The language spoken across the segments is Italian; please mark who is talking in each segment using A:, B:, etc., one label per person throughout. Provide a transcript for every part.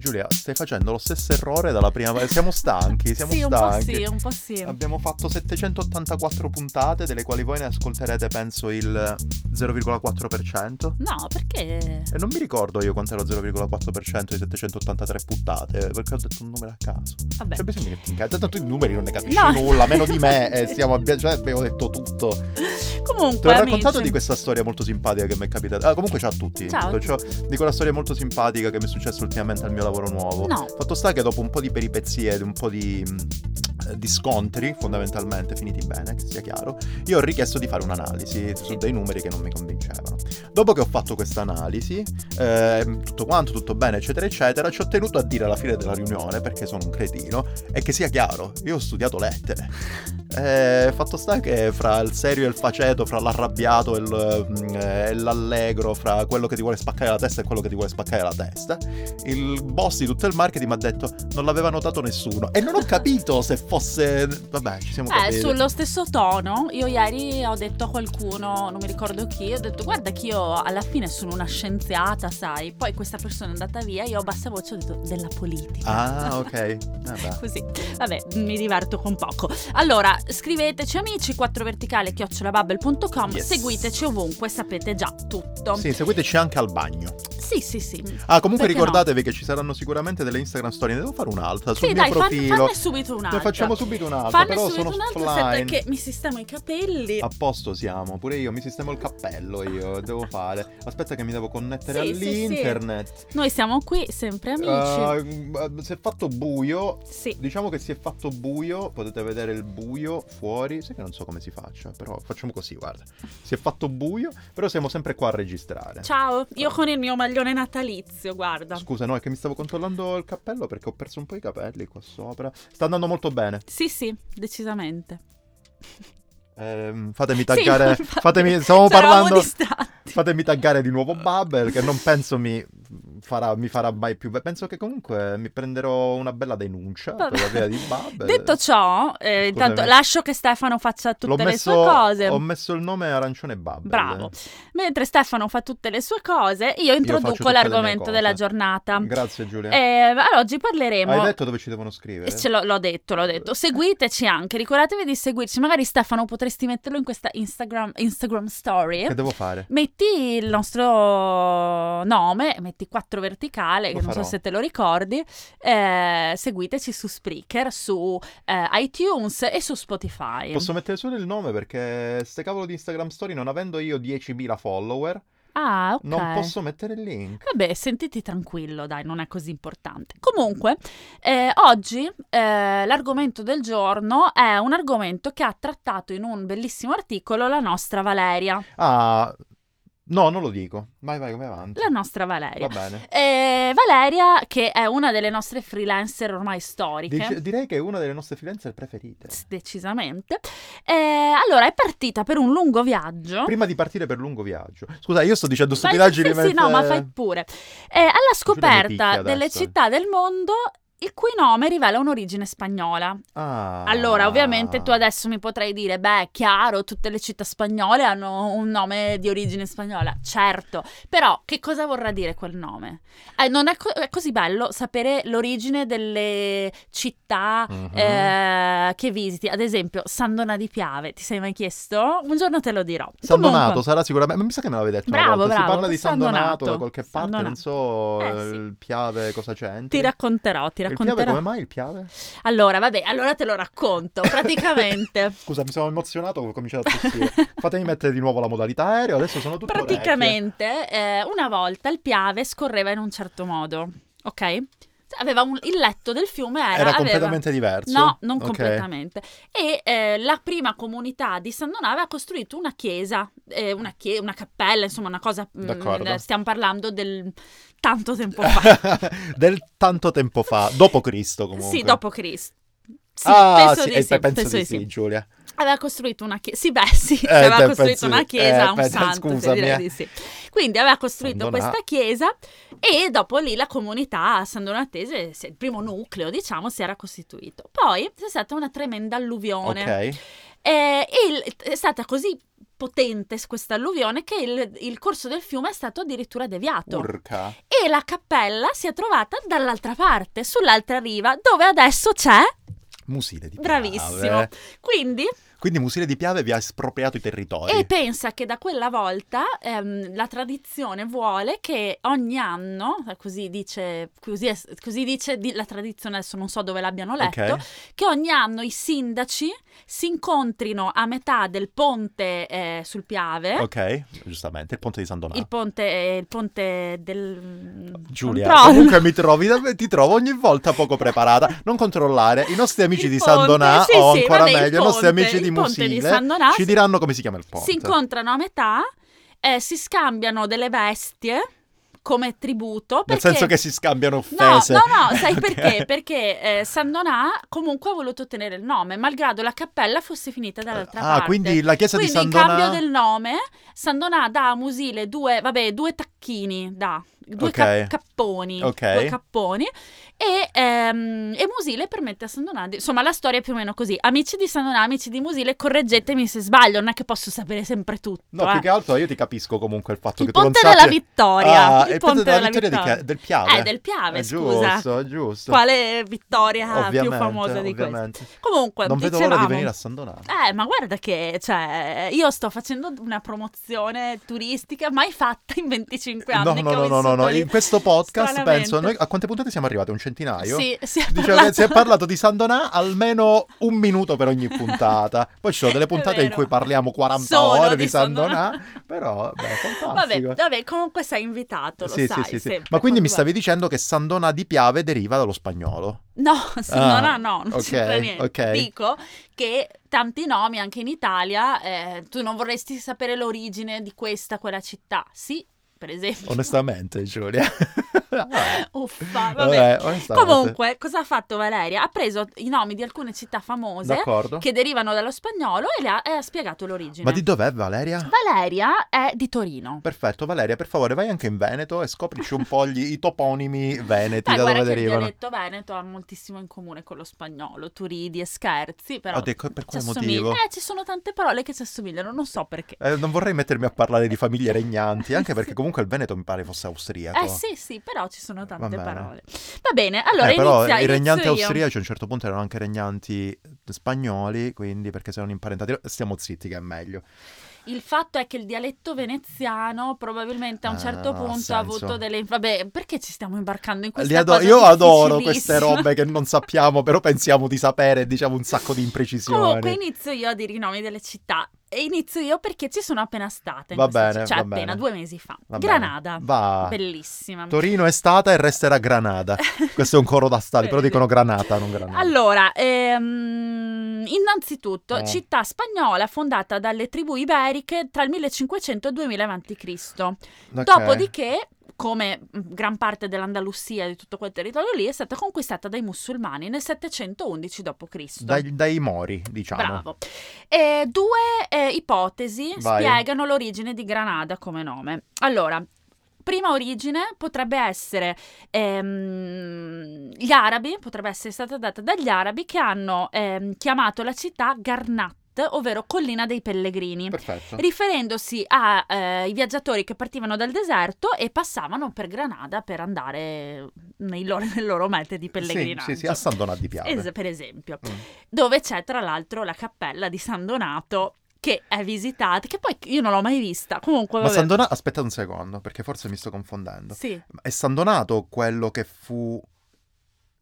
A: Giulia, stai facendo lo stesso errore dalla prima volta. Eh, Siamo stanchi, siamo
B: sì,
A: stanchi. Eh.
B: un po' sì, un po' sì.
A: Abbiamo fatto 784 puntate, delle quali voi ne ascolterete penso il 0,4%.
B: No, perché...
A: E non mi ricordo io quant'era lo 0,4% di 783 puntate, perché ho detto un numero a caso.
B: Vabbè.
A: C'è bisogno che ti incazzi, tanto i numeri non ne capisci
B: No.
A: nulla, meno di me, e stiamo abbia- cioè, abbiamo detto tutto. Ti
B: Comunque,
A: ho raccontato
B: amici,
A: di questa storia molto simpatica che mi è capitata. Ah, comunque ciao a tutti.
B: Ciao.
A: Ciao. Di quella storia molto simpatica che mi è successa ultimamente al mio lavoro nuovo.
B: No.
A: Fatto sta che dopo un po' di peripezie ed un po' di, mh, eh, di scontri, fondamentalmente, finiti bene, che sia chiaro, io ho richiesto di fare un'analisi su dei numeri che non mi convincevano. Dopo che ho fatto questa analisi, ehm, tutto quanto, tutto bene, eccetera, eccetera, ci ho tenuto a dire alla fine della riunione, perché sono un cretino, e che sia chiaro, io ho studiato lettere. Eh, fatto sta che fra il serio e il faceto, fra l'arrabbiato e, il, mm, eh, e l'allegro, fra quello che ti vuole spaccare la testa e quello che ti vuole spaccare la testa, il boss di tutto il marketing mi ha detto non l'aveva notato nessuno. E non ho capito se fosse... Vabbè, ci siamo
B: eh,
A: capiti.
B: sullo stesso tono, io ieri ho detto a qualcuno, non mi ricordo chi, ho detto guarda che io alla fine sono una scienziata, sai, poi questa persona è andata via, io a bassa voce ho detto della politica.
A: Ah, ok. Vabbè.
B: Così, vabbè, mi diverto con poco. Allora, scriveteci amici, 4 verticale chiocciolabubble.com,
A: Yes.
B: seguiteci ovunque, sapete già tutto.
A: Sì, seguiteci anche al bagno.
B: sì, sì. sì.
A: Ah, comunque
B: Perché
A: ricordatevi che ci saranno sicuramente delle Instagram storie. Ne devo fare un'altra sul
B: Sì,
A: mio
B: dai, fan-
A: profilo.
B: fanne subito un'altra.
A: Ne facciamo subito un'altra,
B: Fanne
A: però
B: subito
A: sono
B: un altro,
A: offline. Ah.
B: aspetta che mi sistemo i capelli.
A: A posto siamo, pure io mi sistemo il cappello, io devo fare. Aspetta che mi devo connettere
B: Sì, sì, sì.
A: all'internet.
B: Noi siamo qui, sempre amici.
A: Eh, si è fatto buio.
B: sì.
A: Diciamo che si è fatto buio, potete vedere il buio fuori, sai che non so come si faccia, però facciamo così, guarda. Si è fatto buio, però siamo sempre qua a registrare.
B: Ciao, io con il mio maglione natalizio, guarda.
A: Scusa, no, è che mi stavo controllando il cappello perché ho perso un po' i capelli qua sopra. Sta andando molto bene.
B: Sì, sì, decisamente.
A: Ehm, fatemi
B: Sì,
A: taggare.
B: infatti,
A: fatemi, stiamo
B: C'eravamo
A: parlando.
B: distratti.
A: Fatemi taggare di nuovo Bubble che non penso mi farà, mi farà mai più. Beh, Penso che comunque mi prenderò una bella denuncia
B: Vabbè.
A: per la via Eh, di Bubble.
B: Detto ciò,
A: Scusami.
B: eh, intanto lascio che Stefano faccia tutte
A: L'ho
B: le
A: messo-
B: sue cose.
A: Ho messo il nome arancione Bubble.
B: Bravo. Mentre Stefano fa tutte le sue cose, io
A: faccio
B: introduco
A: tutte le mie
B: l'argomento
A: cose.
B: della giornata.
A: Grazie Giulia.
B: Eh, allora, oggi
A: Hai
B: parleremo.
A: detto dove ci devono scrivere?
B: Eh, Ce l'ho, l'ho detto, l'ho detto. Seguiteci anche, ricordatevi di seguirci. Magari Stefano potresti metterlo in questa Instagram, Instagram story.
A: Che devo fare?
B: Metti il nostro nome, metti 4 verticale, che
A: Lo
B: non so
A: farò.
B: se te lo ricordi. Eh, seguiteci su Spreaker, su eh, iTunes e su Spotify.
A: Posso mettere solo il nome perché ste cavolo di Instagram Story, non avendo io 10.000 follower,
B: Ah, ok.
A: non posso mettere il link.
B: Vabbè, sentiti tranquillo, dai, non è così importante. Comunque, eh, oggi eh, l'argomento del giorno è un argomento che ha trattato in un bellissimo articolo la nostra Valeria.
A: Ah, no, non lo dico. Vai, vai, vai avanti.
B: La nostra Valeria.
A: Va bene.
B: Eh, Valeria, che è una delle nostre freelancer ormai storiche.
A: Dice- direi che è una delle nostre freelancer preferite.
B: s- Decisamente. Eh, allora, è partita per un lungo viaggio.
A: Prima di partire per lungo viaggio. Scusa, io sto dicendo
B: Ma-
A: stupidaggini
B: sì, sì, no,
A: mentre-
B: ma fai pure. Eh, alla scoperta
A: picchia
B: delle
A: adesso, eh.
B: città del mondo il cui nome rivela un'origine spagnola.
A: Ah.
B: Allora, ovviamente tu adesso mi potrai dire, beh, chiaro, tutte le città spagnole hanno un nome di origine spagnola, certo, però che cosa vorrà dire quel nome? Eh, non è, co- è così bello sapere l'origine delle città
A: Mhm.
B: eh, che visiti, ad esempio San Donà di Piave, ti sei mai chiesto? Un giorno te lo dirò.
A: San
B: Comunque-
A: Donato sarà sicuramente. Ma mi sa che me l'avevi detto una
B: Bravo,
A: volta.
B: bravo,
A: Si parla di San,
B: San
A: Donato,
B: Donato.
A: da qualche
B: San
A: parte,
B: Donato.
A: non so
B: Eh, sì.
A: il Piave cosa c'entri.
B: Ti racconterò, ti
A: Il Piave
B: racconterò.
A: come mai il Piave?
B: Allora, vabbè, allora te lo racconto, praticamente.
A: Scusa, mi sono emozionato, ho cominciato a tossire. Fatemi mettere di nuovo la modalità aereo, adesso sono tutto orecchie.
B: Praticamente, eh, una volta il Piave scorreva in un certo modo, ok? Aveva un- il letto del fiume era,
A: Era
B: aveva-
A: completamente diverso.
B: No, non
A: Ok.
B: completamente. E eh, la prima comunità di San Donato aveva costruito una chiesa, eh, una, chie- una cappella, insomma, una cosa. mm,
A: D'accordo.
B: stiamo parlando del tanto tempo fa.
A: Del tanto tempo fa, dopo Cristo comunque.
B: Sì, dopo Cristo. Sì,
A: ah,
B: penso,
A: sì,
B: di
A: eh,
B: sì,
A: penso
B: penso
A: di sì, Giulia.
B: Aveva costruito una chiesa, sì, beh, sì,
A: Eh,
B: aveva
A: beh,
B: costruito
A: penso-
B: una chiesa,
A: eh,
B: un
A: beh,
B: santo, sì,
A: scusami,
B: direi
A: eh.
B: di sì. Quindi aveva costruito
A: San Donà-
B: questa chiesa e dopo lì la comunità sandonatese, se- il primo nucleo, diciamo, si era costituito. Poi c'è stata una tremenda alluvione.
A: Ok.
B: Eh, e il- è stata così potente s- questa alluvione che il, il corso del fiume è stato addirittura deviato.
A: Urca.
B: e la cappella si è trovata dall'altra parte, sull'altra riva, dove adesso c'è.
A: Musile di Piave.
B: Bravissimo. Quindi,
A: Quindi Musile di Piave vi ha espropriato i territori.
B: e pensa che da quella volta ehm, la tradizione vuole che ogni anno, eh, così dice, così è- così dice di- la tradizione, adesso non so dove l'abbiano letto,
A: Ok.
B: che ogni anno i sindaci si incontrino a metà del ponte eh, sul Piave.
A: Ok, giustamente, il ponte di San Donato.
B: Il ponte, eh, il ponte del mm,
A: Giulia,
B: controllo.
A: comunque mi trovi, dav- ti trovo ogni volta poco preparata. Non controllare, i nostri amici
B: Il
A: di
B: ponte,
A: San Donà
B: sì,
A: o
B: sì,
A: ancora
B: vabbè, il
A: meglio, i nostri
B: ponte,
A: amici di
B: il ponte
A: Musile
B: di San Donà
A: ci
B: si-
A: diranno come si chiama il ponte.
B: si incontrano a metà, eh, si scambiano delle bestie come tributo.
A: Nel
B: perché-
A: senso che si scambiano
B: No,
A: offese.
B: no, no, sai
A: Ok.
B: perché? Perché eh, San Donà comunque ha voluto ottenere il nome, malgrado la cappella fosse finita dall'altra
A: ah,
B: parte.
A: quindi la chiesa
B: Quindi
A: di San
B: in cambio
A: Donà.
B: del nome, San Donà dà a Musile due, vabbè, due tacchini, dà, due
A: Ok.
B: cap- capponi,
A: Ok.
B: due capponi e, ehm, e Musile permette a San Donà, di- insomma la storia è più o meno così, amici di San Donà, amici di Musile, correggetemi se sbaglio, non è che posso sapere sempre tutto.
A: No,
B: eh.
A: più che altro io ti capisco comunque il fatto
B: il
A: che tu non
B: ponte
A: sappia...
B: della vittoria,
A: Ah,
B: il ponte della vittoria,
A: di Chia- del Piave.
B: Eh, del Piave,
A: Eh,
B: scusa.
A: Giusto, giusto.
B: Quale vittoria
A: Ovviamente,
B: più famosa di questa?
A: ovviamente.
B: Comunque,
A: Non vedo
B: dicevamo,
A: l'ora di venire a San Donato.
B: eh, ma guarda che cioè, io sto facendo una promozione turistica mai fatta in 25 anni.
A: No,
B: che
A: no, no,
B: ho
A: no,
B: vissuto
A: no, no,
B: lì.
A: in questo podcast
B: Stranamente.
A: penso, noi a quante puntate siamo arrivati? Un centinaio?
B: Sì, si è
A: Diciamo
B: parlato-
A: che si è parlato di San Donà almeno un minuto per ogni puntata. Poi ci sono delle
B: È
A: puntate in
B: vero.
A: cui parliamo 40
B: Solo
A: ore
B: di
A: di San
B: San Donà.
A: Donà, però beh,
B: Vabbè,
A: fantastico.
B: vabbè, comunque sei invitato, lo
A: Sì, sì,
B: sai.
A: sì, sì.
B: sempre,
A: Ma quindi mi
B: quando
A: stavi dicendo che San Donà di Piave deriva dallo spagnolo.
B: No, sì,
A: Ah,
B: no, no, no, non
A: ok,
B: c'entra niente.
A: ok.
B: Dico che tanti nomi anche in Italia, eh, tu non vorresti sapere l'origine di questa, quella città. Sì, per esempio.
A: Onestamente, Giulia. Vabbè.
B: Uffa, vabbè.
A: onestamente.
B: Comunque, cosa ha fatto Valeria? Ha preso i nomi di alcune città famose
A: D'accordo.
B: che derivano dallo spagnolo e le ha, e ha spiegato l'origine.
A: Ma di dov'è Valeria?
B: Valeria è di Torino.
A: Perfetto, Valeria, per favore, vai anche in Veneto e scoprici un po' gli- i toponimi veneti
B: Dai,
A: da
B: guarda
A: dove
B: che il
A: derivano.
B: dialetto veneto ha moltissimo in comune con lo spagnolo, tu ridi e scherzi, però
A: Ah, de- per
B: ci
A: quale
B: assomiglia-
A: motivo?
B: Eh, ci sono tante parole che ci assomigliano, non so perché.
A: Eh, non vorrei mettermi a parlare di famiglie regnanti, anche perché comunque il Veneto mi pare fosse austriaco.
B: Eh sì, sì, però ci sono tante
A: bene.
B: parole. Va bene, allora
A: Eh, però
B: inizia,
A: i regnanti
B: inizio io.
A: austriaci a un certo punto erano anche regnanti spagnoli, quindi perché sono imparentati. Stiamo zitti che è meglio.
B: Il fatto è che il dialetto veneziano probabilmente a un
A: Ah,
B: certo
A: ha
B: punto
A: senso.
B: ha avuto delle... Vabbè, perché ci stiamo imbarcando in questa
A: Li ado-
B: cosa
A: io adoro queste
B: difficilissima?
A: robe che non sappiamo, però pensiamo di sapere, diciamo un sacco di imprecisioni.
B: Comunque inizio io a dire i nomi delle città. E inizio io perché ci sono appena state. in
A: Va
B: questa
A: bene,
B: città,
A: va
B: cioè appena
A: bene.
B: due mesi fa.
A: Va bene.
B: Granada.
A: Va.
B: Bellissima.
A: Torino è stata e resterà Granada. Questo è un coro da stadio, però dicono Granata, non Granada.
B: Allora, ehm, innanzitutto,
A: Eh.
B: città spagnola fondata dalle tribù iberiche tra il 1500 e il 2000 a.C.
A: Ok.
B: Dopodiché, come mh, gran parte dell'Andalusia e di tutto quel territorio lì, è stata conquistata dai musulmani nel 711 d.C.
A: Dai, dai Mori, diciamo.
B: Bravo. Eh, due eh, ipotesi
A: Vai.
B: spiegano l'origine di Granada come nome. Allora, prima origine potrebbe essere ehm, gli arabi, potrebbe essere stata data dagli arabi che hanno ehm, chiamato la città Garnat, ovvero collina dei pellegrini.
A: Perfetto.
B: Riferendosi ai viaggiatori che partivano dal deserto e passavano per Granada per andare nei loro, nel loro mete di pellegrinaggio.
A: Sì, sì, sì, a San Donato di Piave.
B: Es- per esempio,
A: Mm.
B: dove c'è tra l'altro la cappella di San Donato che è visitata, che poi io non l'ho mai vista. Comunque,
A: Ma
B: vabbè.
A: San Donato, aspetta un secondo, perché forse mi sto confondendo.
B: Sì.
A: Ma È San Donato quello che fu...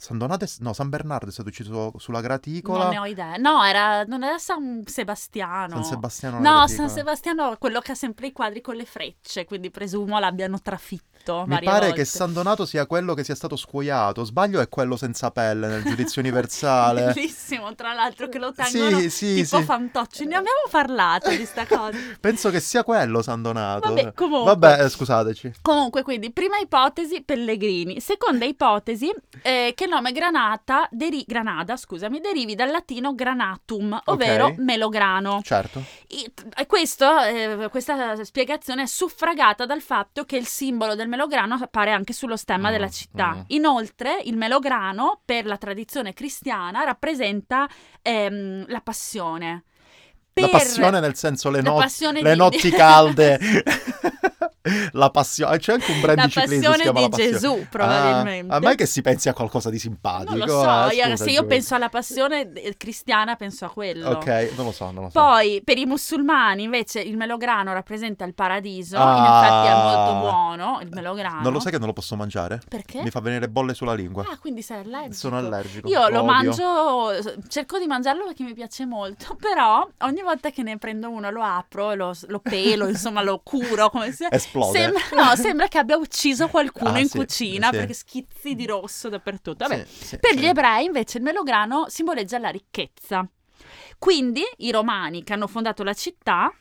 A: San Donato, è- no, San Bernardo è stato ucciso sulla graticola.
B: Non ne ho idea. No, era, non era San Sebastiano.
A: San Sebastiano.
B: No,
A: nella
B: San
A: graticola.
B: Sebastiano è quello che ha sempre i quadri con le frecce, quindi presumo l'abbiano trafitto.
A: Mi
B: Oh, varie
A: pare
B: volte.
A: che San Donato sia quello che sia stato scuoiato. Sbaglio è quello senza pelle nel giudizio universale.
B: Bellissimo, tra l'altro, che lo tengono
A: Sì, sì,
B: tipo
A: sì.
B: fantocci. Ne abbiamo parlato di sta cosa.
A: Penso che sia quello San Donato.
B: Vabbè, comunque.
A: Vabbè, eh, scusateci.
B: Comunque, quindi, prima ipotesi, Pellegrini. Seconda ipotesi, eh, che il nome Granata, deri- Granada, scusami, derivi dal latino granatum, ovvero melograno.
A: Certo.
B: I- e questo, eh, questa spiegazione è suffragata dal fatto che il simbolo del melograno appare anche sullo stemma
A: Mm,
B: della città.
A: mm.
B: Inoltre, il melograno, per la tradizione cristiana, rappresenta ehm, la passione.
A: La
B: Per-
A: passione nel senso le,
B: la
A: no-
B: passione
A: le
B: di-
A: notti calde. la passione, c'è anche un brand
B: La
A: di ciclismo che si
B: passione
A: chiama
B: di
A: la passione.
B: Gesù,
A: Ah,
B: probabilmente.
A: a me che si pensi a qualcosa di simpatico.
B: Non lo so,
A: ah,
B: io-
A: scusa,
B: se io
A: Giulia.
B: penso alla passione eh, cristiana penso a quello.
A: Ok, non lo so, non lo so.
B: Poi per i musulmani invece il melograno rappresenta il paradiso, in
A: Ah.
B: effetti è molto buono il melograno.
A: Non lo sai che non lo posso mangiare?
B: Perché?
A: Mi fa venire bolle sulla lingua.
B: Ah, quindi sei allergico.
A: Sono allergico.
B: Io lo
A: odio.
B: mangio, cerco di mangiarlo perché mi piace molto, però ogni volta che ne prendo uno lo apro, lo, lo pelo, insomma lo curo, come se...
A: Esplode.
B: Sembra, no, sembra che abbia ucciso qualcuno
A: Ah,
B: in
A: sì,
B: cucina
A: sì.
B: perché schizzi di rosso dappertutto. Vabbè.
A: Sì, sì,
B: Per
A: sì.
B: gli ebrei invece il melograno simboleggia la ricchezza. Quindi i romani che hanno fondato la città,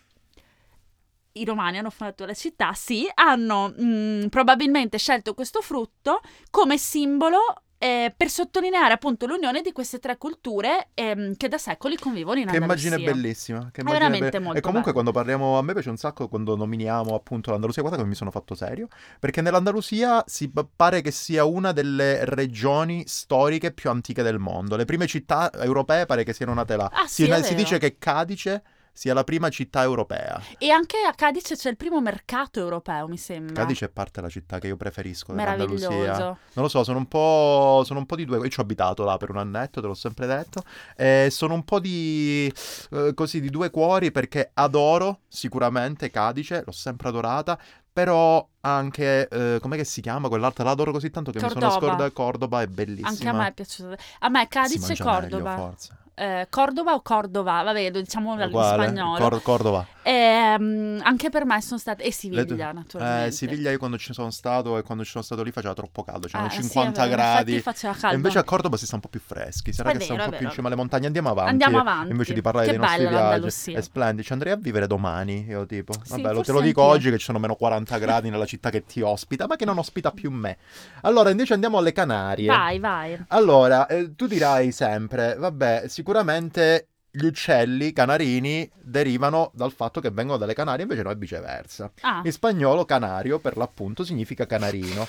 B: i romani hanno fondato la città, sì, hanno mm, probabilmente scelto questo frutto come simbolo eh, per sottolineare appunto l'unione di queste tre culture ehm, che da secoli convivono in
A: Che
B: Andalusia.
A: immagine bellissima. Che
B: È
A: immagine
B: veramente
A: bella.
B: molto
A: E comunque
B: bella.
A: quando parliamo, a me piace un sacco quando nominiamo appunto l'Andalusia, guarda come mi sono fatto serio, perché nell'Andalusia si p- pare che sia una delle regioni storiche più antiche del mondo. Le prime città europee pare che siano nate là.
B: Ah,
A: si,
B: sì, è
A: si
B: vero.
A: dice che Cadice sia la prima città europea.
B: E anche a Cadice c'è il primo mercato europeo, mi sembra.
A: Cadice è parte della città che io preferisco dell'Andalusia.
B: Meraviglioso.
A: Non lo so, sono un po'. Sono un po' di due. Io ci ho abitato là per un annetto, te l'ho sempre detto. Eh, sono un po' di. eh, così di due cuori perché adoro sicuramente Cadice, l'ho sempre adorata. Però anche. eh, com'è che si chiama quell'altra? L'adoro così tanto che mi sono
B: Cordoba.
A: scorda. Cordoba è bellissima.
B: Anche a me è piaciuto. A me è
A: Si
B: Cadice e
A: mangia
B: Cordoba.
A: meglio, forza.
B: Eh, Cordova o Cordova? Vabbè, lo diciamo in
A: Uguale,
B: spagnolo.
A: Cor- Eh, Cordova.
B: Ehm, anche per me sono state. E
A: Le due-
B: Siviglia,
A: Eh,
B: naturalmente.
A: Siviglia io quando ci sono stato e quando ci sono stato lì faceva troppo caldo, c'erano
B: Ah, sì, è
A: 50
B: vero, in
A: gradi.
B: effetti faceva
A: E
B: caldo.
A: invece a Cordoba si sta un po' più freschi, sarà
B: È
A: che sta un
B: vero,
A: po'
B: è
A: più in
B: vero.
A: cima alle montagne. Andiamo avanti.
B: Andiamo avanti.
A: Invece di parlare
B: Che
A: dei nostri
B: bella
A: viaggi.
B: l'Andalusia.
A: È splendido. Ci andrei a vivere domani, io tipo.
B: Sì,
A: Vabbè, lo- te
B: forse
A: lo dico
B: anch'io.
A: oggi che ci sono meno 40 gradi nella città che ti ospita, ma che non ospita più me. Allora, invece andiamo alle Canarie.
B: Vai, vai.
A: Allora, eh, tu dirai sempre, vabbè, sicuramente gli uccelli canarini derivano dal fatto che vengono dalle Canarie, invece no, è viceversa.
B: Ah,
A: In spagnolo canario per l'appunto significa canarino,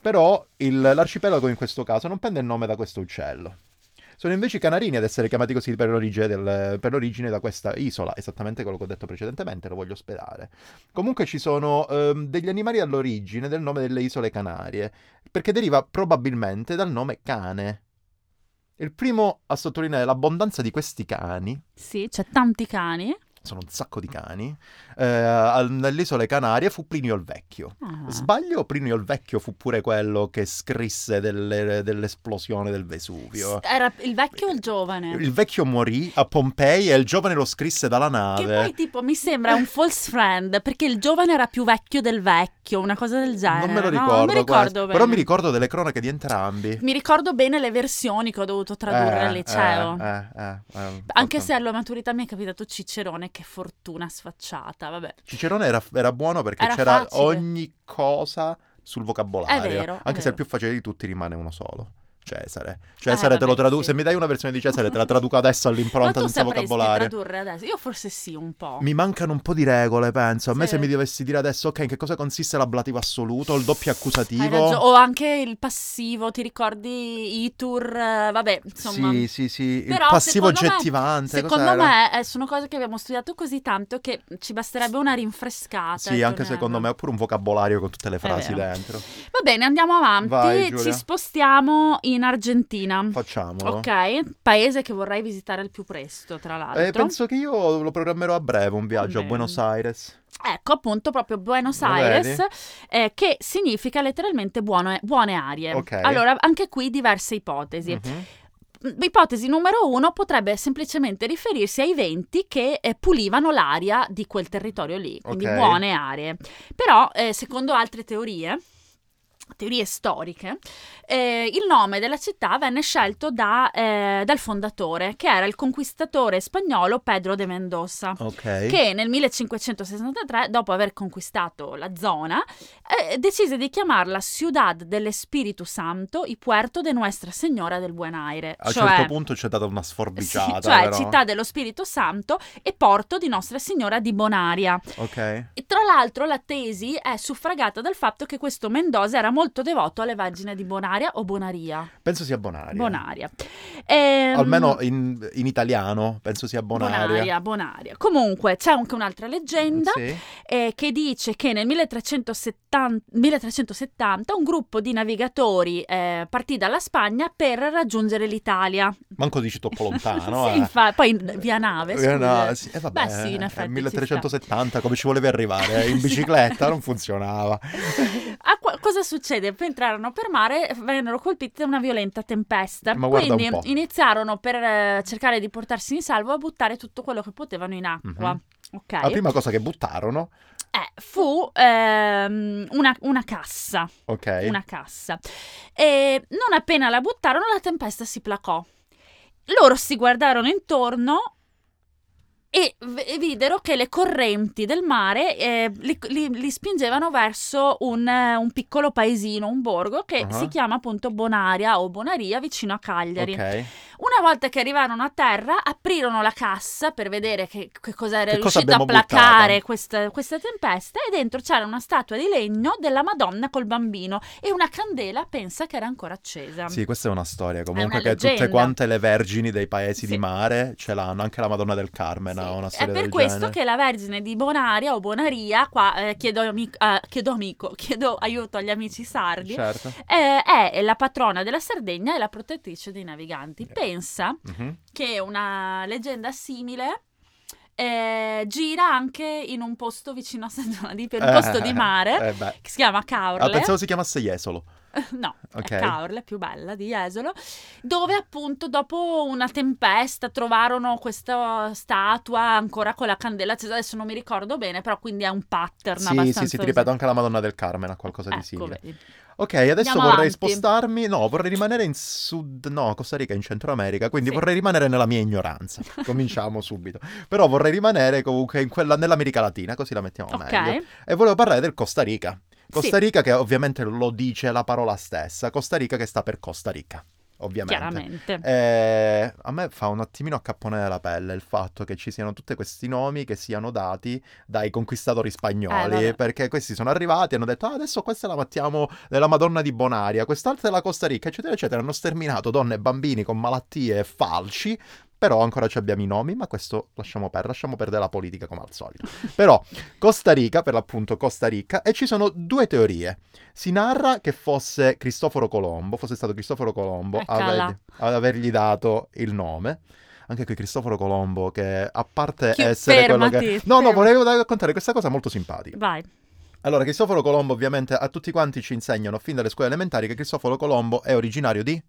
A: però il- l'arcipelago in questo caso non prende il nome da questo uccello. Sono invece i canarini ad essere chiamati così per l'origine, del- per l'origine da questa isola, esattamente quello che ho detto precedentemente, lo voglio sperare. Comunque ci sono ehm, degli animali all'origine del nome delle isole Canarie, perché deriva probabilmente dal nome cane. Il primo a sottolineare l'abbondanza di questi cani
B: sì, c'è tanti cani.
A: sono un sacco di cani, eh, al- nelle isole Canarie fu Plinio il Vecchio.
B: Ah.
A: Sbaglio o Plinio il Vecchio fu pure quello che scrisse delle- dell'esplosione del Vesuvio?
B: S- Era il vecchio o il giovane?
A: Il vecchio morì a Pompei e il giovane lo scrisse dalla
B: Che
A: nave.
B: poi, tipo, mi sembra un false friend perché il giovane era più vecchio del vecchio, una cosa del genere.
A: non me lo
B: no?
A: ricordo,
B: Non mi ricordo
A: questo,
B: bene.
A: però mi ricordo delle cronache di entrambi.
B: Mi ricordo bene le versioni che ho dovuto tradurre
A: Eh,
B: al liceo.
A: eh, eh, eh,
B: Anche
A: porca-
B: se alla maturità mi è capitato Cicerone, che fortuna sfacciata, vabbè.
A: Cicerone era, era buono perché
B: Era
A: c'era
B: facile.
A: ogni cosa sul vocabolario.
B: È vero, è
A: Anche se il
B: vero. Eh,
A: più facile di tutti rimane uno solo. Cesare. Cesare te lo
B: vabbè,
A: traduco.
B: sì.
A: Se mi dai una versione di Cesare, te la traduco adesso all'impronta
B: Ma tu
A: senza
B: sapresti
A: vocabolario.
B: tradurre adesso? Io forse sì, un po'.
A: Mi mancano un po' di regole, penso. A me
B: Sì.
A: se mi dovessi dire adesso, ok, in che cosa consiste l'ablativo assoluto, il doppio
B: Hai
A: accusativo.
B: ragione. O anche il passivo, ti ricordi i tour? eh, Vabbè, insomma.
A: Sì, sì, sì. Il
B: Però,
A: passivo
B: secondo me-
A: oggettivante.
B: Secondo
A: cos'era?
B: me eh, sono cose che abbiamo studiato così tanto che ci basterebbe una rinfrescata.
A: Sì,
B: e
A: anche
B: tornerà.
A: secondo me, oppure un vocabolario con tutte le frasi
B: vero.
A: dentro.
B: Va bene, andiamo avanti.
A: Vai, Giulia.
B: ci spostiamo in Argentina.
A: Facciamolo.
B: Ok, paese che vorrei visitare al più presto, tra l'altro.
A: Eh, penso che io lo programmerò a breve un viaggio a
B: Bene.
A: Buenos Aires.
B: Ecco appunto proprio Buenos
A: Lo
B: Aires,
A: vedi?
B: eh, che significa letteralmente buone, buone arie.
A: Ok.
B: Allora, anche qui diverse ipotesi.
A: Mhm.
B: Mm, Ipotesi numero uno potrebbe semplicemente riferirsi ai venti che eh, pulivano l'aria di quel territorio lì, quindi
A: Ok.
B: buone aree. Però, eh, secondo altre teorie, teorie storiche, eh, il nome della città venne scelto da, eh, dal fondatore, che era il conquistatore spagnolo Pedro de Mendoza
A: Ok.
B: che nel 1563, dopo aver conquistato la zona, eh, decise di chiamarla Ciudad del Espíritu Santo y Puerto de Nuestra Signora del Buen Aire,
A: A un
B: cioè,
A: certo punto ci è data una
B: sì,
A: sforbiciata.
B: cioè
A: però.
B: città dello Spirito Santo e porto di Nostra Signora di Bonaria.
A: Ok.
B: E tra l'altro la tesi è suffragata dal fatto che questo Mendoza era molto devoto alle vagine di Bonaria o Bonaria.
A: Penso sia Bonaria.
B: Bonaria. Ehm,
A: Almeno in, in italiano, penso sia Bonaria.
B: Bonaria, Bonaria. Comunque c'è anche un'altra leggenda
A: Sì.
B: eh, che dice che nel 1370, 1370 un gruppo di navigatori eh, partì dalla Spagna per raggiungere l'italia.
A: Manco dici troppo lontano.
B: Sì,
A: eh.
B: infa- poi in- via nave,
A: Via
B: scusa.
A: nave, sì, eh, vabbè,
B: Beh, sì, in
A: eh,
B: effetti ci
A: 1370, come ci volevi arrivare? eh? In
B: Sì.
A: bicicletta non funzionava.
B: A qua- cosa succede? Poi entrarono per mare, vennero colpiti da una violenta tempesta.
A: Ma guarda un
B: Quindi
A: po'.
B: iniziarono per eh, cercare di portarsi in salvo a buttare tutto quello che potevano in acqua.
A: Mhm.
B: Ok.
A: La prima cosa che buttarono,
B: Eh, fu ehm, una, una cassa.
A: ok,
B: Una cassa. E non appena la buttarono, la tempesta si placò. Loro si guardarono intorno. E v- e videro che le correnti del mare eh, li, li- li spingevano verso un, eh, un piccolo paesino, un borgo che
A: Ah.
B: si chiama appunto Bonaria o Bonaria vicino a Cagliari.
A: ok.
B: Una volta che arrivarono a terra, aprirono la cassa per vedere che, che cosa era
A: Che cosa
B: riuscito a
A: abbiamo
B: placare
A: buttato?
B: questa, questa tempesta. E dentro c'era una statua di legno della Madonna col bambino e una candela, pensa che era ancora accesa.
A: Sì, questa è una storia comunque
B: una
A: che tutte
B: leggenda.
A: quante le vergini dei paesi
B: Sì.
A: di mare ce l'hanno, anche la Madonna del Carmen ha
B: Sì.
A: una
B: È
A: storia
B: per
A: del
B: questo
A: genere.
B: che la Vergine di Bonaria o Bonaria, qua eh, chiedo, amico, eh, chiedo amico, chiedo aiuto agli amici sardi,
A: Certo.
B: eh, è la patrona della Sardegna e la protettrice dei naviganti. Pensa
A: Mhm.
B: che una leggenda simile eh, gira anche in un posto vicino a San Giovanni, di Pieve, un posto di mare
A: Eh, beh.
B: che si chiama
A: Ah,
B: Caorle.
A: pensavo si chiamasse Jesolo.
B: No,
A: Ok.
B: è Caorle, più bella di Jesolo, dove appunto dopo una tempesta trovarono questa statua ancora con la candela accesa, adesso non mi ricordo bene, però quindi è un pattern
A: Sì,
B: abbastanza
A: sì, sì, ti ripeto, anche la Madonna del Carmen ha qualcosa di
B: Ecco,
A: simile.
B: vedi.
A: Ok, adesso
B: Andiamo
A: vorrei
B: avanti.
A: spostarmi. No, vorrei rimanere in sud. No, Costa Rica è in Centro America, quindi
B: Sì.
A: vorrei rimanere nella mia ignoranza. Cominciamo subito. Però vorrei rimanere comunque in quella- nell'America Latina, così la mettiamo meglio.
B: Ok.
A: E volevo parlare del Costa Rica. Costa
B: Sì.
A: Rica che ovviamente lo dice la parola stessa. Costa Rica che sta per Costa Rica, ovviamente.
B: Chiaramente.
A: Eh, a me fa un attimino accapponare la pelle il fatto che ci siano tutti questi nomi che siano dati dai conquistatori
B: Eh,
A: spagnoli,
B: vabbè.
A: perché questi sono arrivati e hanno detto "Ah, adesso questa la mattiamo della Madonna di Bonaria, quest'altra della Costa Rica, eccetera, eccetera. Hanno sterminato donne e bambini con malattie e falci, però ancora ci abbiamo i nomi, ma questo lasciamo perdere, lasciamo perdere la politica come al solito. Però Costa Rica, per l'appunto Costa Rica, e ci sono due teorie. Si narra che fosse Cristoforo Colombo, fosse stato Cristoforo Colombo a
B: Eccola.
A: aver- ad avergli dato il nome. Anche qui Cristoforo Colombo, che a parte
B: Chi-
A: essere quello che...
B: fermati,
A: No, no,
B: fermati.
A: volevo raccontare questa cosa molto simpatica.
B: Vai.
A: Allora, Cristoforo Colombo, ovviamente, a tutti quanti ci insegnano fin dalle scuole elementari che Cristoforo Colombo è originario di...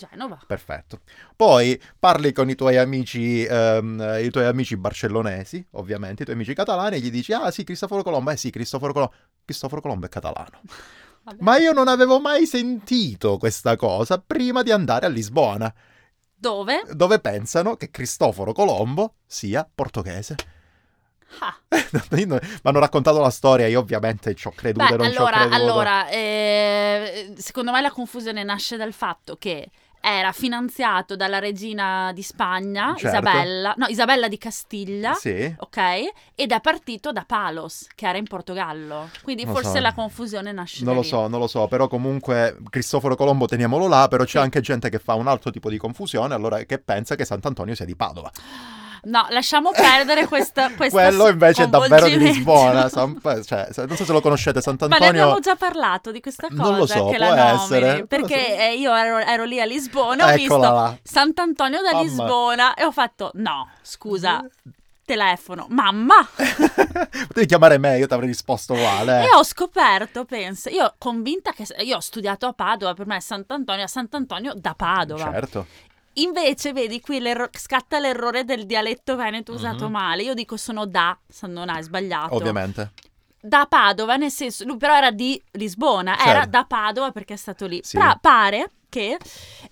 B: Genova.
A: Perfetto. Poi parli con i tuoi amici, ehm, i tuoi amici barcellonesi, ovviamente, i tuoi amici catalani, e gli dici, ah sì, Cristoforo Colombo, eh sì, Cristoforo Colombo. Cristoforo Colombo è catalano.
B: Vabbè.
A: Ma io non avevo mai sentito questa cosa prima di andare a Lisbona,
B: Dove?
A: dove pensano che Cristoforo Colombo sia portoghese.
B: Ah.
A: Mi hanno raccontato la storia, io ovviamente ci ho creduto
B: Beh,
A: e non ci ho
B: allora,
A: creduto.
B: allora eh, secondo me la confusione nasce dal fatto che era finanziato dalla regina di Spagna,
A: Certo.
B: Isabella, no, Isabella di Castiglia,
A: Sì.
B: ok? Ed è partito da Palos, che era in Portogallo. Quindi
A: Non lo
B: forse
A: so.
B: la confusione nasce
A: Non
B: da
A: lo
B: lì.
A: so, non lo so, però comunque Cristoforo Colombo teniamolo là, però c'è anche gente che fa un altro tipo di confusione, allora che pensa che Sant'Antonio sia di Padova.
B: No, lasciamo perdere questa, questa
A: Quello invece è davvero di
B: coinvolgimento.
A: Lisbona, San- cioè, se- non so se lo conoscete
B: Ma ne
A: Sant'Antonio.
B: abbiamo già parlato di questa cosa,
A: Non lo so, può
B: che la nomini,
A: essere, non lo
B: perché
A: so.
B: eh, io ero, ero lì a Lisbona, ho visto
A: Eccola là.
B: Sant'Antonio da
A: Mamma. Mm.
B: Lisbona e ho fatto no, scusa, telefono, mamma.
A: Potevi chiamare me, io ti avrei risposto uguale.
B: E ho scoperto, pensa, io convinta che io ho studiato a Padova, per me è Sant'Antonio, è Sant'Antonio da Padova.
A: Certo.
B: Invece vedi qui l'erro- scatta l'errore del dialetto veneto usato
A: Mhm.
B: male. Io dico sono da, se non hai sbagliato.
A: Ovviamente.
B: Da Padova, nel senso, lui però era di Lisbona, era
A: Certo.
B: da Padova perché è stato lì.
A: Sì.
B: Pra- pare che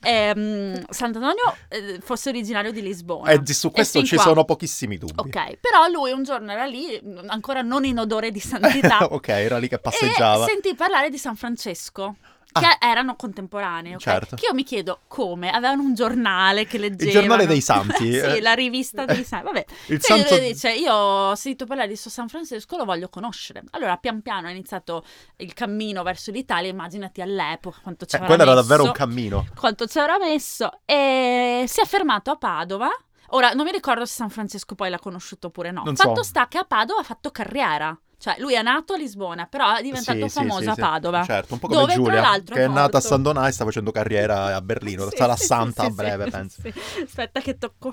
B: ehm, Sant'Antonio eh, fosse originario di Lisbona.
A: E di- su
B: E
A: questo
B: fin
A: ci
B: qua.
A: sono pochissimi dubbi.
B: Ok, però lui un giorno era lì, mh, ancora non in odore di santità,
A: Ok, era lì che passeggiava. Ah.
B: e sentì parlare di San Francesco. che erano contemporanee. ok?
A: Certo.
B: Che io mi chiedo come avevano un giornale che leggevano.
A: Il giornale dei santi.
B: sì,
A: eh.
B: la rivista dei santi. Vabbè,
A: Il
B: Cioè,
A: santo...
B: lui dice, io ho sentito parlare di sto San Francesco, lo voglio conoscere. Allora, pian piano è iniziato il cammino verso l'Italia, immaginati all'epoca quanto ci
A: Eh,
B: avrà
A: quello era
B: messo,
A: davvero un cammino.
B: quanto ci avrà messo, e si è fermato a Padova. Ora, non mi ricordo se San Francesco poi l'ha conosciuto oppure no.
A: Non so.
B: Fatto sta che a Padova ha fatto carriera. Cioè, lui è nato a Lisbona, però è diventato
A: Sì, sì,
B: famoso
A: sì,
B: a
A: sì.
B: Padova.
A: Certo, un po' come
B: Dove, tra
A: Giulia,
B: l'altro, è
A: che è nata
B: morto.
A: a San Donà e sta facendo carriera a Berlino.
B: Sì,
A: Sarà
B: sì,
A: santa
B: sì,
A: a
B: sì,
A: breve,
B: sì,
A: penso.
B: sì. Aspetta che tocco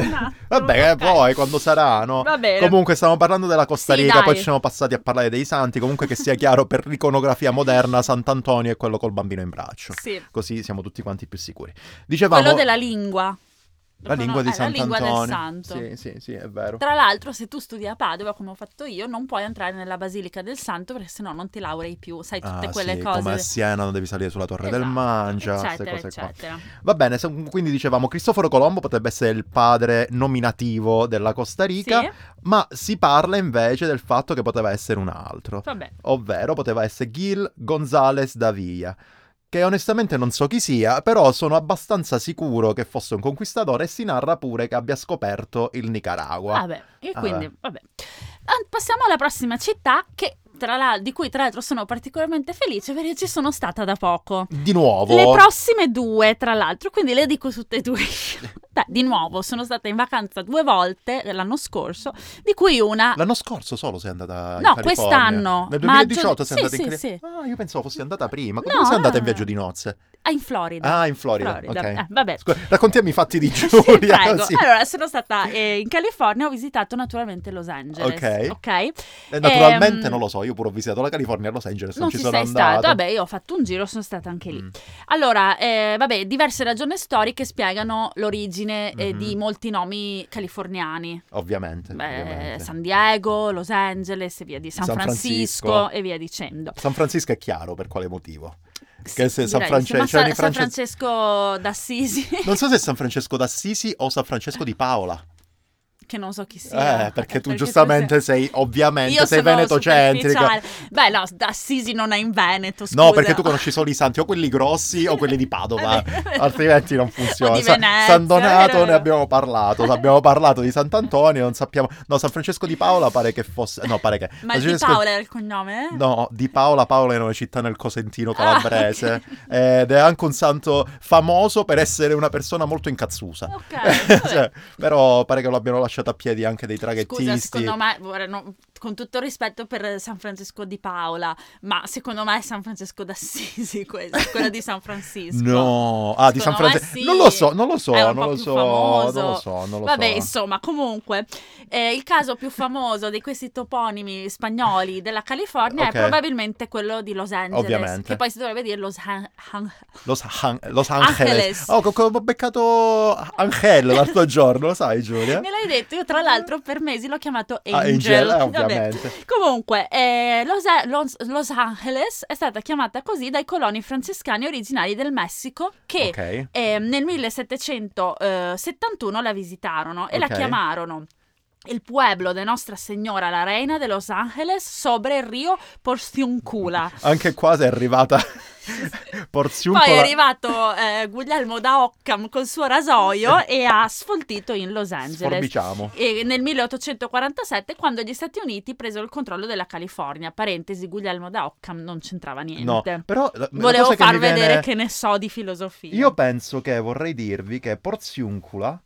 B: un attimo,
A: Vabbè, eh,
B: ok.
A: poi quando sarà, no?
B: Va bene.
A: Comunque stiamo parlando della Costa
B: Sì,
A: Rica,
B: dai.
A: poi ci siamo passati a parlare dei santi, comunque che sia chiaro per l'iconografia moderna Sant'Antonio è quello col bambino in braccio.
B: Sì.
A: Così siamo tutti quanti più sicuri. Dicevamo
B: Quello della lingua.
A: la lingua di
B: Eh, la lingua del
A: Sant'Antonio. Sì,
B: santo.
A: sì, sì, è vero.
B: Tra l'altro, se tu studi a Padova, come ho fatto io, non puoi entrare nella Basilica del Santo perché sennò non ti laurei più, sai tutte
A: Ah,
B: quelle
A: sì,
B: cose.
A: come a Siena non devi salire sulla torre del
B: Esatto,
A: Mangia, queste
B: eccetera,
A: cose qua.
B: eccetera.
A: Va bene, se- quindi dicevamo Cristoforo Colombo potrebbe essere il padre nominativo della Costa Rica,
B: Sì,
A: ma si parla invece del fatto che poteva essere un altro.
B: vabbè.
A: ovvero poteva essere Gil Gonzales Davia, che onestamente non so chi sia, però sono abbastanza sicuro che fosse un conquistatore e si narra pure che abbia scoperto il Nicaragua.
B: Vabbè, e
A: Ah,
B: quindi, vabbè. Ah, Passiamo alla prossima città che, tra l'al- di cui tra l'altro sono particolarmente felice perché ci sono stata da poco.
A: Di nuovo.
B: Le prossime due, tra l'altro, quindi le dico tutte e due. io. Beh, di nuovo, sono stata in vacanza due volte eh, l'anno scorso, di cui una
A: L'anno scorso solo sei andata in
B: No,
A: California.
B: quest'anno,
A: Nel
B: maggio-
A: 2018 sei
B: sì,
A: andata in
B: sì,
A: California. Ah, io pensavo fossi andata prima.
B: No,
A: Quando sei andata in
B: no, no.
A: viaggio di nozze?
B: ah, in Florida.
A: Ah, in Florida.
B: Florida.
A: ok.
B: Eh, vabbè.
A: Scusa, raccontiamo i fatti di
B: Sì,
A: Giulia.
B: prego.
A: sì.
B: Allora, sono stata eh, in California, ho visitato naturalmente Los Angeles.
A: Ok.
B: ok?
A: Eh, naturalmente
B: ehm,
A: non lo so, io pure ho visitato la California e Los Angeles, non,
B: Non
A: ci
B: ci
A: sono
B: sei
A: andato.
B: stato, vabbè, io ho fatto un giro, sono stata anche lì.
A: Mm.
B: Allora, eh, vabbè, diverse ragioni storiche spiegano l'origine eh,
A: Mhm. Eh,
B: di molti nomi californiani.
A: Ovviamente.
B: Beh,
A: ovviamente.
B: San Diego, Los Angeles e via di San,
A: San
B: Francisco,
A: Francisco.
B: e via dicendo.
A: San Francisco è chiaro per quale motivo. Che se
B: Sì,
A: San
B: direi,
A: Francesco-
B: insomma,
A: c'erano i
B: San, San
A: Frances-
B: Francesco d'Assisi,
A: Non so se è San Francesco d'Assisi o San Francesco di Paola.
B: che non so chi sia.
A: eh, perché tu
B: sei-
A: giustamente sei, ovviamente,
B: Io
A: sei
B: sono
A: venetocentrica.
B: superficiale. Beh, no, da Assisi non è in Veneto. Scusa.
A: No, perché tu conosci solo i santi, o quelli grossi o quelli di Padova.
B: Eh, beh.
A: Altrimenti non funziona.
B: O di
A: Sa-
B: Venezia,
A: San Donato
B: vero, vero.
A: ne abbiamo parlato. Abbiamo parlato di Sant'Antonio, non sappiamo. No, San Francesco di Paola pare che fosse. No, pare che. San
B: Ma il di
A: Francesco-
B: Paola era il cognome? eh?
A: No, di Paola. Paola è una città nel Cosentino
B: Ah,
A: calabrese. Ed è anche un santo famoso per essere una persona molto incazzusa.
B: Ok,
A: Eh,
B: Oh, vabbè.
A: cioè, però pare che lo abbiano lasciato a piedi anche dei
B: Scusa,
A: traghettisti.
B: secondo me, ora, no, con tutto il rispetto per San Francesco di Paola, ma secondo me è San Francesco d'Assisi questo, quello di San Francisco.
A: No, ah, di San
B: Secondo me
A: Francesco.
B: sì.
A: Non lo so, non lo so,
B: È un
A: non
B: po'
A: lo
B: più
A: so,
B: famoso.
A: non lo so, non lo
B: Vabbè,
A: so.
B: insomma, comunque, eh, il caso più famoso di questi toponimi spagnoli della California
A: Ok.
B: è probabilmente quello di Los Angeles,
A: Ovviamente.
B: che poi si dovrebbe dire Los Han- Han-
A: Los, Han- Los
B: Angeles.
A: Angeles. Oh, co- co- ho beccato Angel l'altro giorno, lo sai Giulia?
B: Me l'hai detto, io tra l'altro per mesi l'ho chiamato
A: Ah,
B: Angel.
A: eh,
B: Vabbè.
A: ovviamente.
B: Comunque, eh, Los, A- Los- Los Angeles è stata chiamata così dai coloni francescani originari del Messico che
A: Ok.
B: eh, nel 1771 la visitarono e la
A: Ok.
B: chiamarono il pueblo de Nostra Signora, la reina de Los Angeles, sobre il rio Porciuncula.
A: Anche qua sei arrivata Porziuncola.
B: Poi è arrivato eh, Guglielmo da Occam col suo rasoio e ha sfoltito in Los Angeles.
A: Sforbiciamo.
B: E nel 1847 quando gli Stati Uniti presero il controllo della California. Parentesi, Guglielmo da Occam non c'entrava
A: No,
B: niente.
A: però la- una
B: Volevo
A: cosa che mi
B: far vedere
A: viene-
B: che ne so di filosofia.
A: Io penso che vorrei dirvi che Porziuncola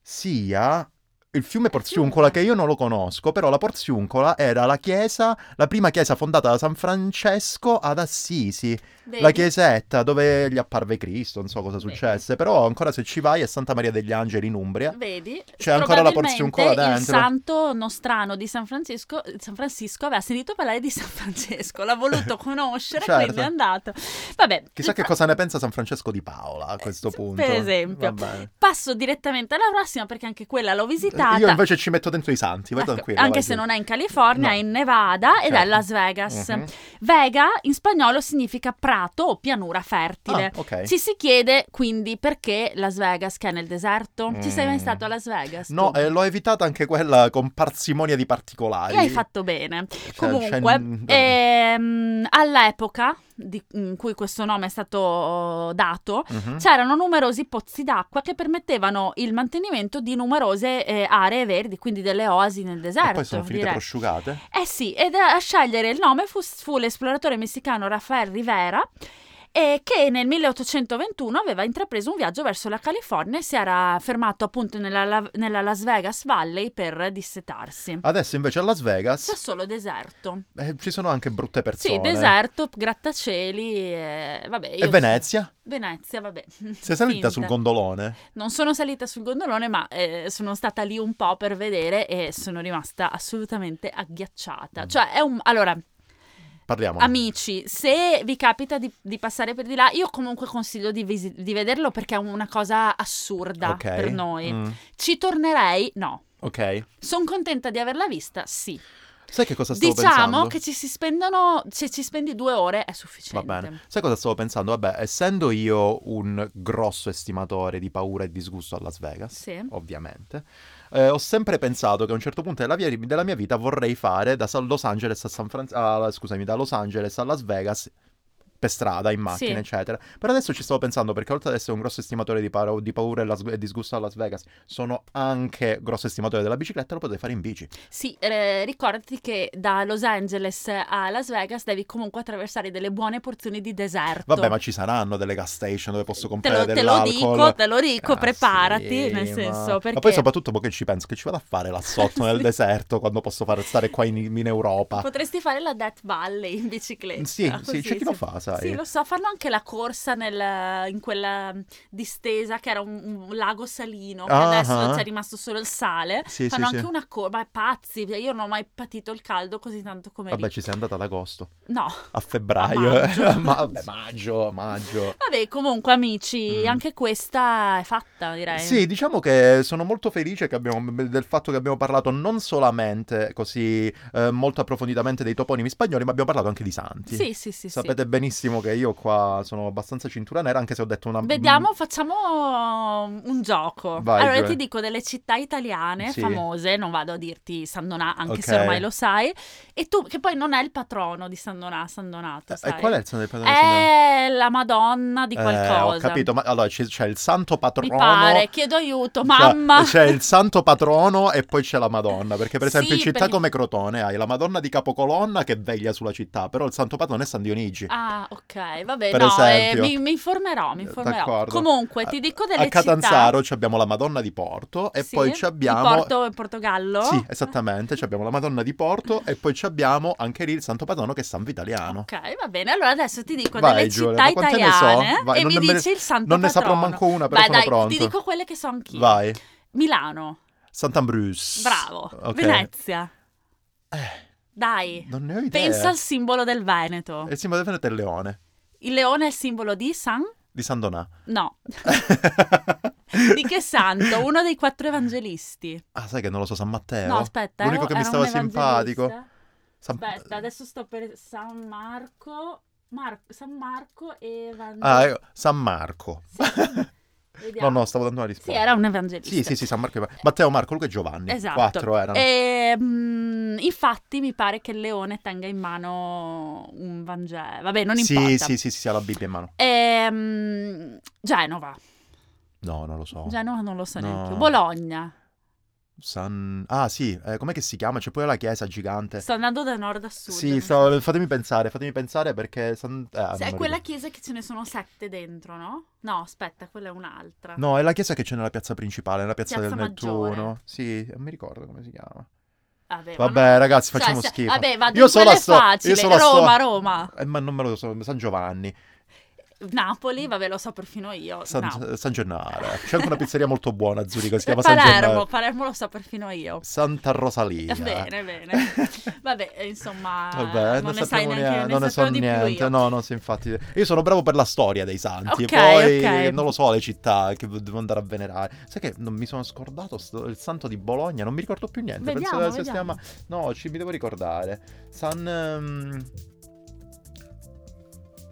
A: sia il fiume Porziuncola, che io non lo conosco, però la Porziuncola era la chiesa, la prima chiesa fondata da San Francesco ad Assisi,
B: Vedi?
A: la chiesetta dove gli apparve Cristo, non so cosa
B: Vedi.
A: successe, però ancora se ci vai è Santa Maria degli Angeli in Umbria.
B: Vedi?
A: C'è ancora la porziuncola
B: Probabilmente
A: dentro.
B: Il santo nostrano di San Francisco, San Francisco aveva sentito parlare di San Francesco, l'ha voluto conoscere,
A: Certo.
B: quindi è andato. Vabbè,
A: Chissà che
B: fa-
A: cosa ne pensa San Francesco di Paola a questo
B: Eh, Per
A: punto.
B: esempio.
A: Va bene.
B: passo direttamente alla prossima perché anche quella l'ho visitata.
A: Eh, Io invece ci metto dentro i santi, vai
B: Ecco,
A: tranquillo.
B: anche
A: vai
B: se
A: tu.
B: non è in California,
A: No.
B: è in Nevada ed
A: Certo.
B: è a Las Vegas.
A: Mhm.
B: Vega in spagnolo significa prato o pianura fertile.
A: Ah, ok.
B: Ci si chiede quindi perché Las Vegas che è nel deserto? Ci sei mai
A: Mm.
B: stato a Las Vegas?
A: No,
B: tu?
A: eh, l'ho evitata anche quella con parsimonia di particolari.
B: E hai fatto bene.
A: eh, Cioè,
B: eh, Comunque,
A: c'è-
B: ehm, all'epoca di- in cui questo nome è stato dato,
A: Mhm.
B: c'erano numerosi pozzi d'acqua che permettevano il mantenimento di numerose eh, aree verdi, quindi delle oasi nel deserto.
A: e poi sono finite
B: direi.
A: prosciugate.
B: Eh sì, ed a scegliere il nome fu, fu l'esploratore messicano Rafael Rivera. eh, che nel 1821 aveva intrapreso un viaggio verso la California e si era fermato appunto nella, La- nella Las Vegas Valley per dissetarsi.
A: Adesso invece a Las
B: C'è
A: Vegas
B: solo deserto.
A: eh, ci sono anche brutte persone.
B: Sì, deserto, grattacieli, eh, vabbè. io-
A: E Venezia?
B: Venezia, vabbè.
A: Sei salita
B: Finta.
A: sul gondolone?
B: Non sono salita sul gondolone, ma eh, sono stata lì un po' per vedere e sono rimasta assolutamente
A: Mm.
B: agghiacciata. Cioè, è un... Allora,
A: Parliamo.
B: Amici, se vi capita di, di passare per di là, io comunque consiglio di, visi- di vederlo perché è una cosa assurda
A: Ok.
B: per noi.
A: Mm,
B: Ci tornerei? No.
A: ok.
B: Sono contenta di averla vista? Sì.
A: Sai che cosa stavo
B: diciamo
A: pensando?
B: che ci si spendono, se ci spendi due ore è
A: Va
B: sufficiente.
A: bene. Sai cosa stavo pensando? Vabbè, essendo io un grosso estimatore di paura e disgusto a Las Vegas,
B: Sì.
A: ovviamente, eh, ho sempre pensato che a un certo punto della, via- della mia vita vorrei fare da San- Los Angeles a San Francisco, scusami, da Los Angeles a Las Vegas per strada, in macchina,
B: Sì.
A: eccetera. Però adesso ci stavo pensando perché oltre ad essere un grosso estimatore di, paro- di paura e, las- e disgusto a Las Vegas, sono anche grosso estimatore della bicicletta, lo potrei fare in bici.
B: Sì, eh, ricordati che da Los Angeles a Las Vegas devi comunque attraversare delle buone porzioni di deserto.
A: Vabbè, ma ci saranno delle gas station dove posso
B: Te
A: comprare
B: lo, te lo
A: dell'alcol.
B: dico, te lo dico,
A: Ah,
B: preparati,
A: sì,
B: nel
A: ma-
B: senso perché...
A: Ma poi soprattutto perché ci penso che ci vado a fare là sotto nel
B: Sì.
A: deserto quando posso fare, stare qua in, in Europa.
B: Potresti fare la Death Valley in bicicletta.
A: Sì, sì,
B: così,
A: c'è chi
B: sì.
A: lo fa, sai.
B: Sì, lo so, fanno anche la corsa nel- in quella distesa che era un, un lago salino, che
A: Ah, ah.
B: adesso c'è rimasto solo il sale.
A: Sì,
B: fanno
A: sì,
B: anche
A: sì.
B: una corsa, ma pazzi, io non ho mai patito il caldo così tanto come
A: Vabbè,
B: lì.
A: ci sei andata ad agosto,
B: No.
A: a febbraio.
B: A maggio.
A: Ma- vabbè, maggio, maggio.
B: Vabbè, comunque amici,
A: Mm.
B: anche questa è fatta, direi.
A: Sì, diciamo che sono molto felice che abbiamo- del fatto che abbiamo parlato non solamente così eh, molto approfonditamente dei toponimi spagnoli, ma abbiamo parlato anche di santi.
B: sì, sì, sì. sì.
A: Sapete benissimo che io qua sono abbastanza cintura nera, anche se ho detto una... Mm.
B: Vediamo, facciamo un gioco.
A: Ah, Vai,
B: allora,
A: Gioia.
B: ti dico delle città italiane
A: Sì.
B: famose, non vado a dirti San Donato, anche se
A: Ok.
B: ormai lo sai. E tu, che poi non è il patrono di San Donato, San Donato,
A: E
B: sai?
A: Eh, qual è il santo del padrone?
B: È la Madonna di
A: Eh,
B: qualcosa.
A: ho capito, ma allora c'è, c'è il santo
B: Mi
A: patrono.
B: pare, chiedo
A: Cioè,
B: aiuto, mamma.
A: C'è il santo patrono e poi c'è la Madonna. Perché, per
B: Sì,
A: esempio, in città
B: perché-
A: come Crotone hai la Madonna di Capocolonna che veglia sulla città, però il santo patrono è San Dionigi.
B: Ah, ok, vabbè,
A: Per
B: no,
A: esempio.
B: eh, mi, mi informerò, mi informerò.
A: D'accordo.
B: Comunque, ti dico ecco delle
A: A Catanzaro ci abbiamo la Madonna di Porto
B: città.
A: e
B: Sì,
A: poi
B: di
A: ci abbiamo.
B: Porto, Portogallo.
A: Sì, esatto, esattamente, ci abbiamo la Madonna di Porto e poi ci abbiamo anche lì il santo patrono che è San Vitaliano.
B: Ok, va bene. Allora adesso ti dico
A: Vai,
B: delle
A: Giulia,
B: città
A: ma quante ne so?
B: italiane
A: Vai,
B: e
A: non
B: mi
A: ne-
B: dici il santo
A: non ne saprò
B: patrono.
A: manco una, però
B: Beh,
A: sono
B: dai,
A: pronto.
B: ti dico quelle che so anch'io.
A: Vai,
B: Milano,
A: Sant'Ambrus.
B: bravo.
A: Ok.
B: Venezia.
A: Eh,
B: Dai.
A: non ne ho idea. Eh
B: Pensa al simbolo del Veneto.
A: Il simbolo del Veneto è il leone
B: Il leone è il simbolo di San?
A: di San Donà.
B: No. Di che santo? Uno dei quattro evangelisti.
A: Ah, sai che non lo so, San Matteo.
B: No, aspetta.
A: L'unico
B: era-
A: che mi
B: era
A: stava
B: un
A: simpatico.
B: evangelista.
A: San-
B: Aspetta, adesso sto per San Marco. Mar- San Marco e Evangelista.
A: Ah, ecco, San Marco.
B: Sì.
A: no,
B: Vediamo.
A: no, stavo dando una
B: Sì,
A: risposta.
B: era un evangelista.
A: Sì, sì, sì, San Marco. e- Matteo, Marco, Luca e Giovanni.
B: Esatto.
A: Quattro erano.
B: E, mm, infatti mi pare che il leone tenga in mano un Vangelo. Vabbè, non
A: sì,
B: importa.
A: sì, sì, sì, sì, ha la Bibbia in mano.
B: E, mm, Genova.
A: No, non lo so.
B: Genova non lo so
A: No.
B: neanche. io. Bologna.
A: San... Ah, sì, eh, com'è che si chiama? C'è poi la chiesa gigante.
B: Sto andando da nord a sud.
A: Eh. Sì, stavo- fatemi pensare, fatemi pensare perché... San... eh, non
B: Sì, è
A: mi
B: quella
A: ricordo.
B: chiesa che ce ne sono sette dentro, no? No, aspetta, quella è un'altra.
A: No, è la chiesa che c'è nella piazza principale, nella piazza,
B: Piazza
A: del
B: Maggiore.
A: Nettuno. Sì, non mi ricordo come si chiama.
B: Vabbè, ma
A: Vabbè,
B: no.
A: ragazzi,
B: Cioè,
A: facciamo
B: se-
A: schifo.
B: Vabbè, vado
A: Io
B: io
A: solo
B: sono
A: sto- io
B: facile.
A: solo sto-
B: Roma, Roma.
A: Eh, ma non me lo so, San Giovanni,
B: Napoli, vabbè, lo so perfino io.
A: San,
B: no.
A: San Gennaro. C'è anche una pizzeria molto buona a Zurigo, si chiama San
B: Palermo,
A: Gennaro.
B: Palermo lo so perfino io.
A: Santa Rosalia.
B: Bene, bene. Vabbè, eh, insomma,
A: Vabbè,
B: non, ne sai
A: sappiamo
B: neanche
A: niente,
B: ne
A: non ne so
B: sapevo di più
A: niente.
B: io.
A: No, no, sì, infatti. Io sono bravo per la storia dei santi.
B: Ok,
A: poi
B: ok.
A: non lo so le città che devo andare a venerare. Sai che non mi sono scordato sto- il santo di Bologna, non mi ricordo più niente.
B: Vediamo,
A: Penso che si
B: vediamo.
A: chiama. No, ci, mi devo ricordare. San. ehm,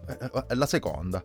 A: eh, eh, La seconda.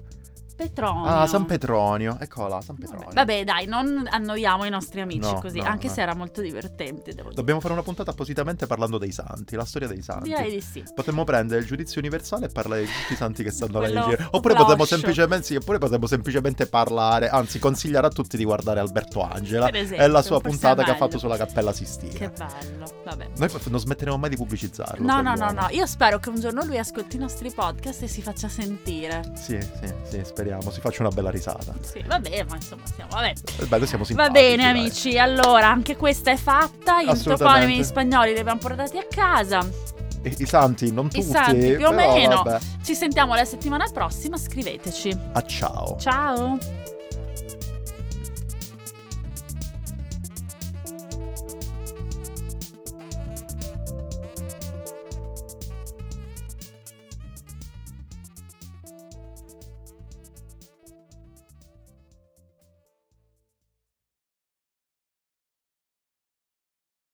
B: Petronio.
A: Ah, San Petronio, eccola là, San Petronio.
B: Vabbè, vabbè, dai, non annoiamo i nostri amici
A: No,
B: così,
A: no,
B: anche
A: no.
B: se era molto divertente, devo dire.
A: Dobbiamo fare una puntata appositamente parlando dei santi, la storia dei santi.
B: Direi di sì.
A: Potremmo prendere il giudizio universale e parlare di tutti i santi che stanno là in
B: Quello
A: giro. Oppure potremmo,
B: floscio.
A: semplicemente, sì, oppure potremmo semplicemente parlare, anzi consigliare a tutti di guardare Alberto Angela
B: Per esempio,
A: e la sua
B: forse è
A: puntata che ha
B: meglio.
A: fatto sulla Cappella Sistina.
B: Che bello, vabbè.
A: Noi non smetteremo mai di pubblicizzarlo.
B: No, no, no,
A: quell'uomo.
B: no, io spero che un giorno lui ascolti i nostri podcast e si faccia sentire.
A: Sì, sì, sì, speriamo, si faccia una bella risata.
B: Sì, vabbè, ma insomma, siamo, vabbè.
A: È bello, siamo
B: Va
A: simpatici.
B: bene
A: dai.
B: amici, allora anche questa è fatta, i
A: Assolutamente.
B: toponimi spagnoli li abbiamo portati a casa,
A: I, i santi, non tutti,
B: santi, Esatto, più o
A: però
B: meno.
A: vabbè.
B: ci sentiamo la settimana prossima, scriveteci.
A: A ciao.
B: Ciao!